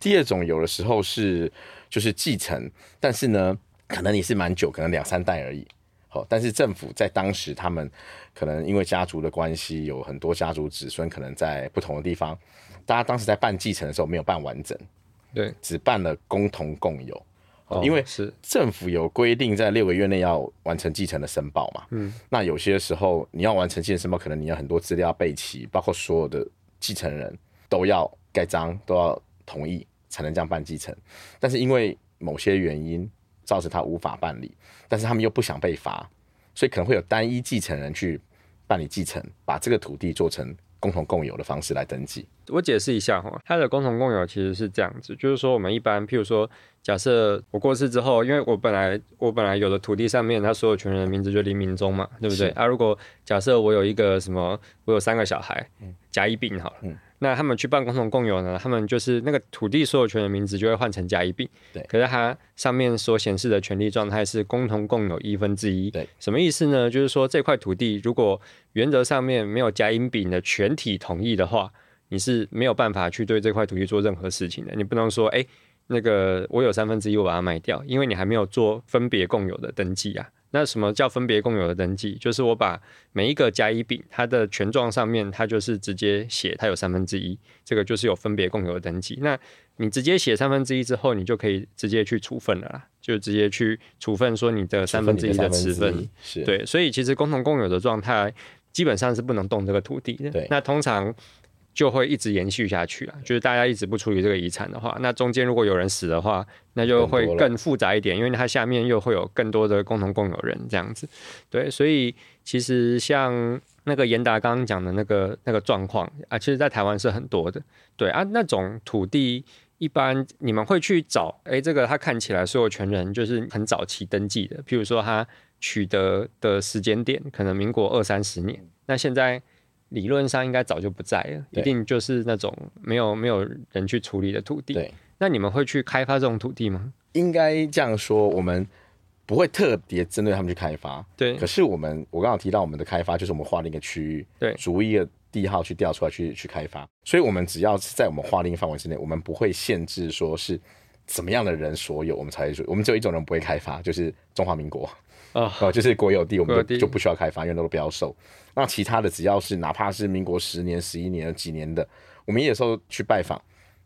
第二种有的时候是就是继承，但是呢，可能也是蛮久，可能两三代而已。好，但是政府在当时他们可能因为家族的关系，有很多家族子孙可能在不同的地方，大家当时在办继承的时候没有办完整，对，只办了共同共有。哦因为是政府有规定在六个月内要完成继承的申报嘛，嗯，那有些时候你要完成继承申报，可能你要很多资料备齐，包括所有的继承人都要盖章，都要同意才能这样办继承。但是因为某些原因造成他无法办理，但是他们又不想被罚，所以可能会有单一继承人去办理继承，把这个土地做成共同共有的方式来登记。我解释一下哈，它的共同共有其实是这样子，就是说我们一般，譬如说，假设我过世之后，因为我本来我本来有的土地上面，它所有权人的名字就林明忠嘛，对不对？啊，如果假设我有一个什么，我有三个小孩，甲乙丙好了，嗯那他们去办共同共有呢，他们就是那个土地所有权的名字就会换成甲乙丙，对可是它上面所显示的权利状态是共同共有一分之一，对，什么意思呢？就是说这块土地如果原则上面没有甲乙丙的全体同意的话。你是没有办法去对这块土地做任何事情的。你不能说，哎、那个我有三分之一，我把它卖掉，因为你还没有做分别共有的登记啊。那什么叫分别共有的登记？就是我把每一个甲乙丙它的权状上面，它就是直接写它有三分之一，这个就是有分别共有的登记。那你直接写三分之一之后，你就可以直接去处分了啦，就直接去处分说你的三分之一的持分。是，对，所以其实共同共有的状态基本上是不能动这个土地的。对那通常就会一直延续下去啊，就是大家一直不处理这个遗产的话，那中间如果有人死的话，那就会更多了更复杂一点，因为它下面又会有更多的共同共有人这样子。对，所以其实像那个严达刚刚讲的那个那个状况啊，其实在台湾是很多的。对啊，那种土地一般你们会去找，诶，这个他看起来所有权人就是很早期登记的，譬如说他取得的时间点可能民国二三十年，那现在理论上应该早就不在了，一嗯对定就是那种没有没有人去处理的土地对。那你们会去开发这种土地吗？应该这样说，我们不会特别针对他们去开发。对可是我们，我刚好提到我们的开发，就是我们划定一个区域，对逐一个地号去调出来去去开发。所以，我们只要是在我们划定范围之内，我们不会限制说是怎么样的人所有，我们才会说，我们只有一种人不会开发，就是中华民国。 啊、哦，就是国有地，我国有们地就就不需要开发，因为都不要售。那其他的只要是哪怕是民国十年、十一年、几年的，我们也有时候去拜访，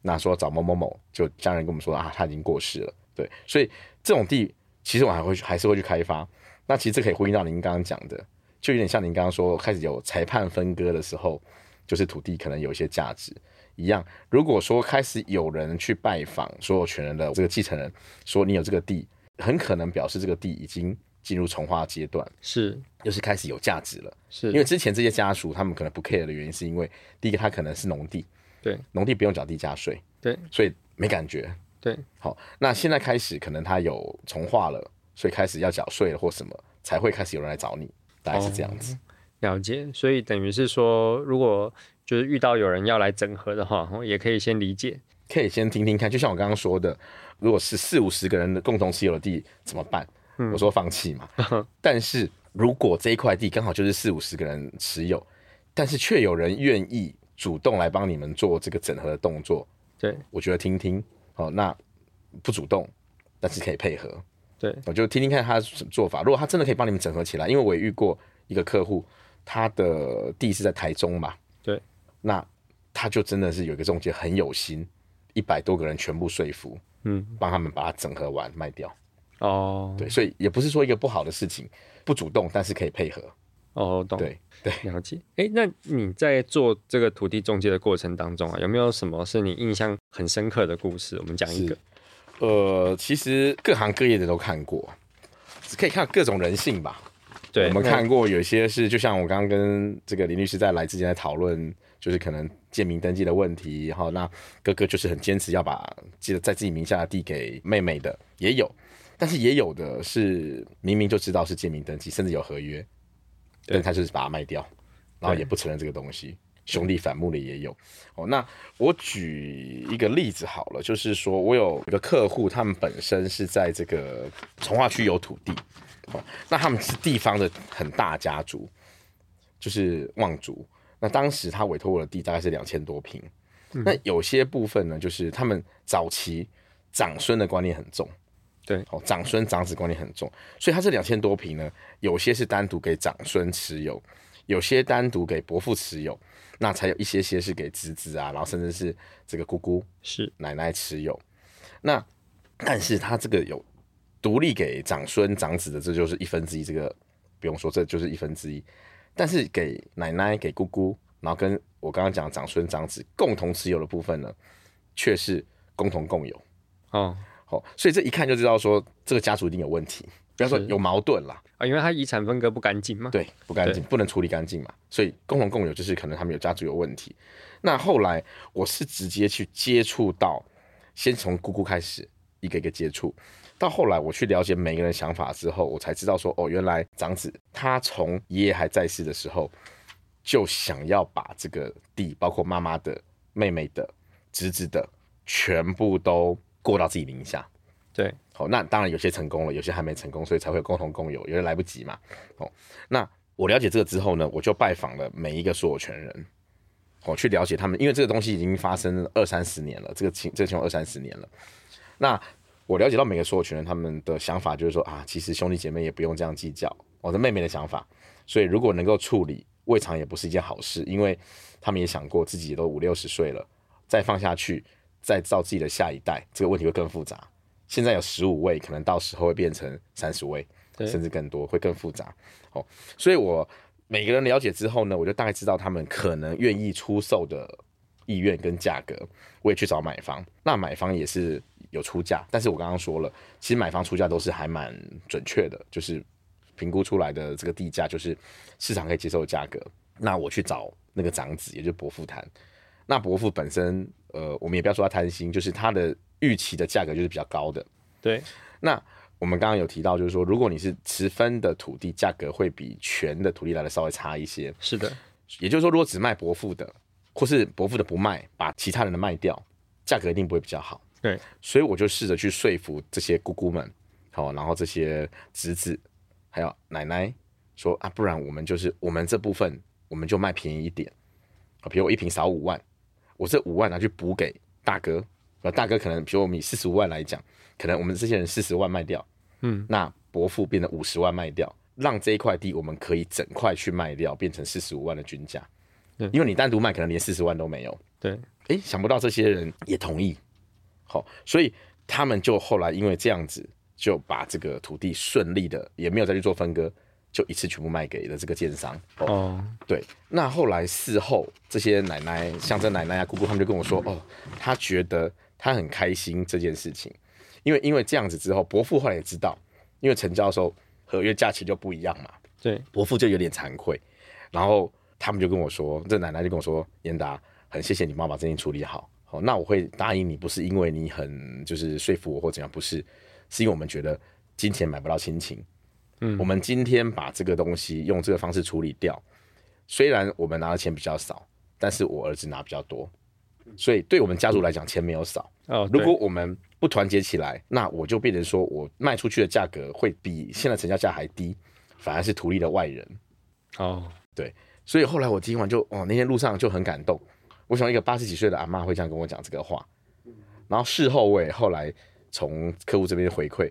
那说找某某某，就家人跟我们说啊，他已经过世了。对，所以这种地其实我还会去还是会去开发。那其实这可以呼应到您刚刚讲的，就有点像您刚刚说，开始有裁判分割的时候，就是土地可能有一些价值一样。如果说开始有人去拜访所有权人的这个继承人，说你有这个地，很可能表示这个地已经进入从化阶段，是就是开始有价值了。是，因为之前这些家属他们可能不 care 的原因，是因为第一个他可能是农地，对，农地不用缴地价税，对，所以没感觉。对，好，那现在开始可能他有从化了，所以开始要缴税了或什么，才会开始有人来找你，大概是这样子。了解，所以等于是说，如果就是遇到有人要来整合的话，哦也可以先理解。可以先听听看，就像我刚刚说的，如果是四五十个人的共同持有的地怎么办？我说放弃嘛。但是如果这一块地刚好就是四五十个人持有，但是却有人愿意主动来帮你们做这个整合的动作，对我觉得听听哦，那不主动，但是可以配合，对，我就听听看他的做法。如果他真的可以帮你们整合起来，因为我也遇过一个客户，他的地是在台中嘛，对，那他就真的是有一个中介很有心，一百多个人全部说服，嗯，帮他们把它整合完卖掉。哦，对，所以也不是说一个不好的事情，不主动，但是可以配合。哦，懂，对，了解。哎，那你在做这个土地中介的过程当中啊，有没有什么是你印象很深刻的故事？我们讲一个是。呃，其实各行各业的都看过，只可以看到各种人性吧。对我们看过有些是，就像我刚刚跟这个林律师在来之前在讨论，就是可能建名登记的问题，哈，那哥哥就是很坚持要把记得在自己名下的地给妹妹的，也有，但是也有的是明明就知道是建名登记，甚至有合约，对但他就是把它卖掉，然后也不承认这个东西。兄弟反目的也有哦。那我举一个例子好了，就是说我有一个客户，他们本身是在这个从化区有土地，哦，那他们是地方的很大家族，就是望族。那当时他委托我的地大概是两千多平，那有些部分呢，就是他们早期长孙的观念很重，对哦，长孙长子观念很重，所以他这两千多平呢，有些是单独给长孙持有，有些单独给伯父持有，那才有一些些是给侄子啊，然后甚至是这个姑姑是奶奶持有。那但是他这个有独立给长孙长子的，这就是一分之一，这个不用说，这就是一分之一。但是给奶奶、给姑姑，然后跟我刚刚讲的长孙长子共同持有的部分呢，却是共同共有。哦好、所以这一看就知道说这个家族一定有问题，不要说是有矛盾啦，啊，因为它遗产分割不干净嘛。对，不干净，不能处理干净嘛，所以共同共有就是可能他们有家族有问题。那后来我是直接去接触到，先从姑姑开始，一个一个接触，到后来我去了解每个人的想法之后，我才知道说，哦，原来长子他从爷爷还在世的时候，就想要把这个地，包括妈妈的、妹妹的、侄子的，全部都过到自己名下。对好、那当然有些成功了，有些还没成功，所以才会有共同共有，有些来不及嘛。哦，那我了解这个之后呢，我就拜访了每一个所有权人，我、去了解他们，因为这个东西已经发生了二三十年了，这个情这个情况二三十年了。那我了解到每个所有权人他们的想法就是说啊，其实兄弟姐妹也不用这样计较，我的妹妹的想法，所以如果能够处理，未尝也不是一件好事，因为他们也想过自己都五六十岁了，再放下去，再造自己的下一代，这个问题会更复杂。现在有十五位，可能到时候会变成三十位，对甚至更多，会更复杂。哦，所以我每个人了解之后呢，我就大概知道他们可能愿意出售的意愿跟价格。我也去找买方，那买方也是有出价，但是我刚刚说了，其实买方出价都是还蛮准确的，就是评估出来的这个地价就是市场可以接受的价格。那我去找那个长子，也就是伯父谈。那伯父本身，呃，我们也不要说他贪心，就是他的预期的价格就是比较高的。对那我们刚刚有提到，就是说，如果你是持分的土地，价格会比全的土地来的稍微差一些。是的，也就是说，如果只卖伯父的，或是伯父的不卖，把其他人的卖掉，价格一定不会比较好。对，所以我就试着去说服这些姑姑们，好、然后这些侄子还有奶奶说啊，不然我们就是我们这部分我们就卖便宜一点，啊，比如我一瓶少五万，我这五万拿去补给大哥，啊，大哥可能比如我们以四十五万来讲，可能我们这些人四十万卖掉，嗯，那伯父变成五十万卖掉，让这一块地我们可以整块去卖掉，变成四十五万的均价对，因为你单独卖可能连四十万都没有，对诶，想不到这些人也同意，好、所以他们就后来因为这样子，就把这个土地顺利的也没有再去做分割，就一次全部卖给了这个建商。哦，哦，对。那后来事后，这些奶奶、像这奶奶啊、姑姑，他们就跟我说，哦，他觉得他很开心这件事情，因为因为这样子之后，伯父后来也知道，因为成交的时候合约价钱就不一样嘛，对伯父就有点惭愧，然后他们就跟我说，这奶奶就跟我说，严达，很谢谢你妈把这件事情处理好，好，那我会答应你，不是因为你很就是说服我或怎样，不是，是因为我们觉得金钱买不到亲情，嗯，我们今天把这个东西用这个方式处理掉，虽然我们拿的钱比较少，但是我儿子拿比较多，所以对我们家族来讲，钱没有少，哦，如对果我们不团结起来，那我就变成说我卖出去的价格会比现在成交价还低，反而是图利了外人。哦，所以后来我听完就，哦，那天路上就很感动。我想一个八十几岁的阿嬷会这样跟我讲这个话，然后事后我也后来从客户这边回馈，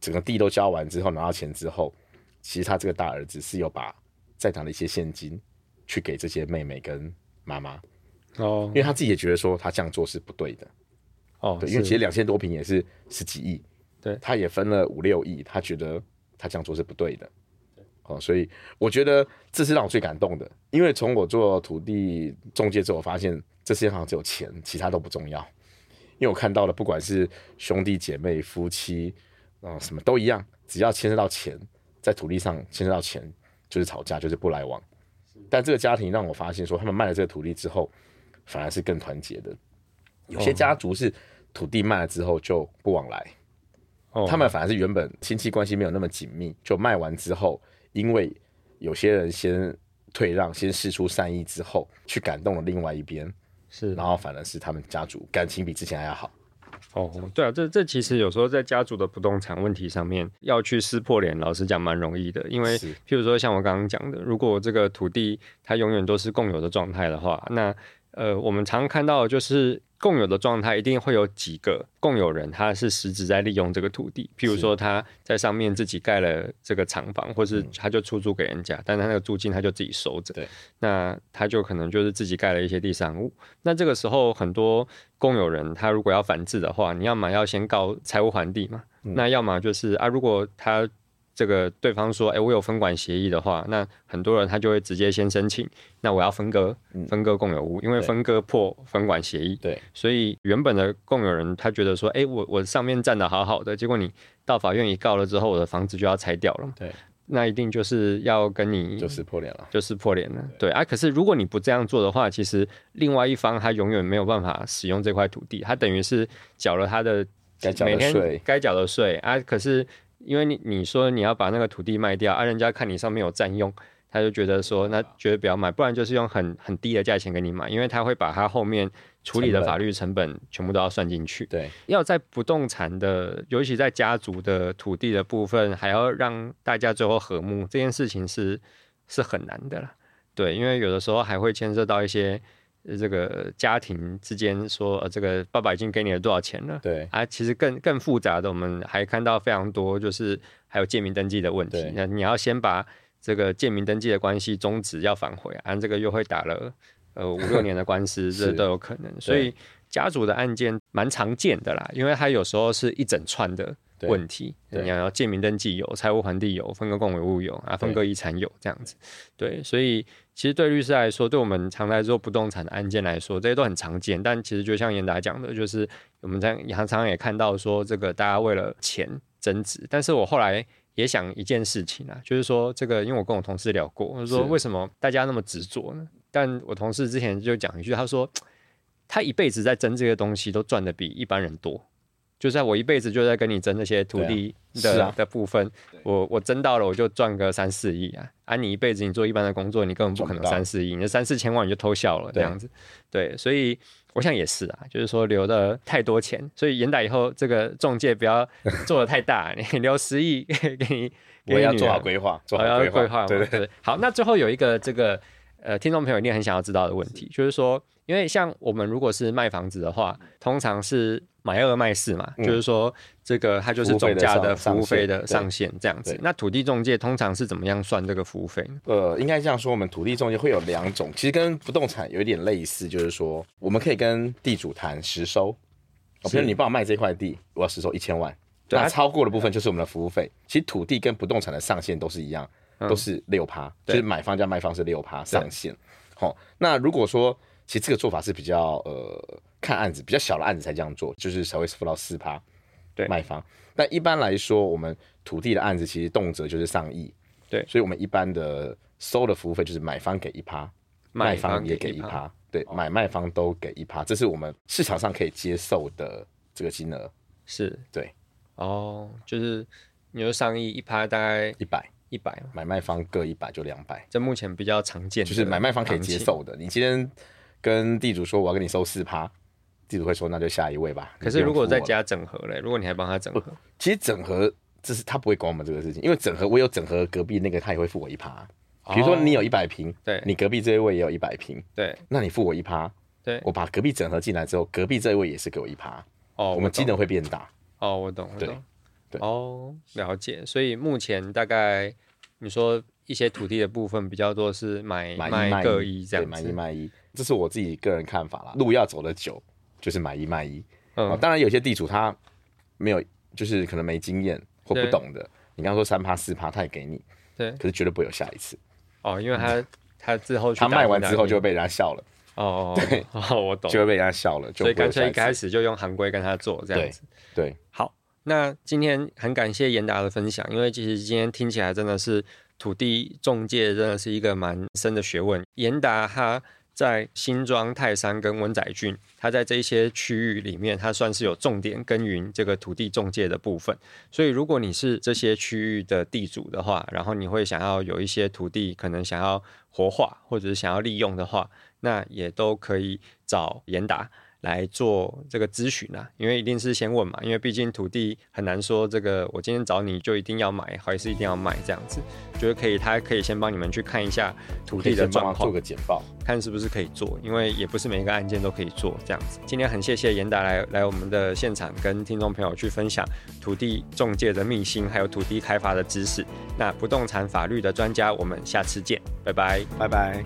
整个地都交完之后拿到钱之后，其实他这个大儿子是有把在场的一些现金去给这些妹妹跟妈妈，哦因为他自己也觉得说他这样做是不对的。哦，对，因为是其实两千多平也是十几亿，对他也分了五六亿，他觉得他这样做是不对的，哦，所以我觉得这是让我最感动的，因为从我做土地中介之后，我发现这世界上只有钱，其他都不重要，因为我看到了，不哦管是兄弟姐妹、夫妻，啊、什么都一样，只要牵涉到钱，在土地上牵涉到钱，就是吵架，就是不来往。但这个家庭让我发现说，他们卖了这个土地之后，反而是更团结的。有些家族是土地卖了之后就不往来，哦他们反而是原本亲戚关系没有那么紧密，就卖完之后，因为有些人先退让，先试出善意之后，去感动了另外一边，是然后反而是他们家族感情比之前还要好。哦，对啊，这这其实有时候在家族的不动产问题上面要去撕破脸，老实讲蛮容易的，因为是譬如说像我刚刚讲的，如果这个土地它永远都是共有的状态的话，那呃，我们常看到的就是共有的状态一定会有几个共有人，他是实质在利用这个土地，譬如是嗯说他在上面自己盖了这个厂房，或是他就出租给人家，但他那个租金他就自己收着，对，那他就可能就是自己盖了一些地上物，那这个时候，很多共有人他如果要反制的话，你要么要先告财务还地嘛，嗯那要么就是啊，如果他这个对方说，哎、我有分管协议的话，那很多人他就会直接先申请，那我要分割分割共有物，因为嗯对分割破分管协议，对，所以原本的共有人他觉得说，哎、我我上面站的好好的，结果你到法院一告了之后，我的房子就要拆掉了嘛，对，那一定就是要跟你就撕破脸了。就撕破脸了。对啊，可是如果你不这样做的话，其实另外一方他永远没有办法使用这块土地，他等于是缴了他的该缴的每天税该缴的税啊。可是因为你你说你要把那个土地卖掉啊，人家看你上面有占用。他就觉得说，那绝对不要买，不然就是用很很低的价钱给你买，因为他会把他后面处理的成本法律成本全部都要算进去。对，要在不动产的，尤其在家族的土地的部分，还要让大家最后和睦，这件事情是是很难的啦。对，因为有的时候还会牵涉到一些呃这个家庭之间说，呃，这个爸爸已经给你了多少钱了。对，啊，其实更更复杂的，我们还看到非常多，就是还有借名登记的问题对。那你要先把这个借名登记的关系终止，要返回，按、这个又会打了呃五六年的官 司，这是都有可能。所以家族的案件蛮常见的啦，因为它有时候是一整串的对问题，对你要借名登记有，财务还地有，分割共有物有啊，分割遗产有这样子。对，所以其实对律师来说，对我们常来做不动产的案件来说，这些都很常见。但其实就像严达讲的，就是我们在常常也看到说，这个大家为了钱争执。但是我后来也想一件事情啊，就是说这个，因为我跟我同事聊过，我就说是为什么大家那么执着呢？但我同事之前就讲一句，他说他一辈子在争这些东西，都赚的比一般人多。就在我一辈子就在跟你争那些土地对啊是的、啊的部分，我我争到了，我就赚个三四亿啊！啊，你一辈子你做一般的工作，你根本不可能赚不到三四亿，你这三四千万你就偷笑了这对样子。对，所以我想也是啊，就是说留的太多钱，所以严打以后这个中介不要做的太大，你留十亿 给你，给我也要你女做好儿规划，做我好要规规划，划，对对，对对。好，那最后有一个这个呃，听众朋友一定很想要知道的问题，就是说，因为像我们如果是卖房子的话，通常是买二卖四嘛，嗯就是说这个它就是服务总费的价上的服上务费限的对上限这样子对。那土地中介通常是怎么样算这个服务费呢？呃，应该这样说，我们土地中介会有两种，其实跟不动产有一点类似，就是说我们可以跟地主谈实收，哦、比是如你帮我卖这块地，我要实收一千万，对啊那它超过的部分就是我们的服务费。其实土地跟不动产的上限都是一样，都是六趴，嗯就对是买方加卖方是六趴上限。好、那如果说其实这个做法是比较呃看案子，比较小的案子才这样做，就是才会付到四趴，对卖方。但一般来说，我们土地的案子其实动辄就是上亿，对所以我们一般的收的服务费就是买方给一趴，卖方也给一一趴哦趴，对，买卖方都给一趴，这是我们市场上可以接受的这个金额，是对，哦，就是你说上亿一趴大概一百，一百嘛，买卖方各一百就两百，这目前比较常见的就行情，是买卖方可以接受的。你今天跟地主说我要跟你收四趴，地主会说那就下一位吧。可是如果你不再用付我了，啊加整合嘞，如果你还帮他整合，其实整合这是他不会管我们这个事情，因为整合我有整合隔壁那个他也会付我一趴。哦比如说你有一百平，对你隔壁这一位也有一百平，对那你付我一趴，对我把隔壁整合进来之后，隔壁这一位也是给我一趴，哦，我们懂金额会变大。哦，我懂，我对懂，对哦，了解。所以目前大概你说一些土地的部分比较多是买买一卖卖各一这对样买子，一卖一，这是我自己个人看法啦。路要走得久，就是买一卖一。哦嗯，当然有些地主他没有，就是可能没经验或不对嗯懂的。你刚刚说三趴四趴，他也给你，对，可是绝对不会有下一次。哦，因为他他之后去他打卖听完打之后听就会被人家笑了，哦，哦，我懂就，会被人家笑了，就所以不干会有脆下一一开次。始就用行规跟他做这样对子。对，好，那今天很感谢严达的分享，因为其实今天听起来真的是土地中介真的是一个蛮深的学问。严达他在新庄、泰山跟温仔郡，他在这一些区域里面，他算是有重点耕耘这个土地中介的部分。所以，如果你是这些区域的地主的话，然后你会想要有一些土地，可能想要活化或者是想要利用的话，那也都可以找严达来做这个咨询啊，因为一定是先问嘛，因为毕竟土地很难说这个我今天找你就一定要买，还是一定要卖这样子，觉得可以，他可以先帮你们去看一下土可地以的先帮状忙况做个，简报。看是不是可以做，因为也不是每一个案件都可以做这样子。今天很谢谢严达来来我们的现场，跟听众朋友去分享土地中介的秘辛，还有土地开发的知识。那不动产法律的专家，我们下次见，拜拜。拜拜。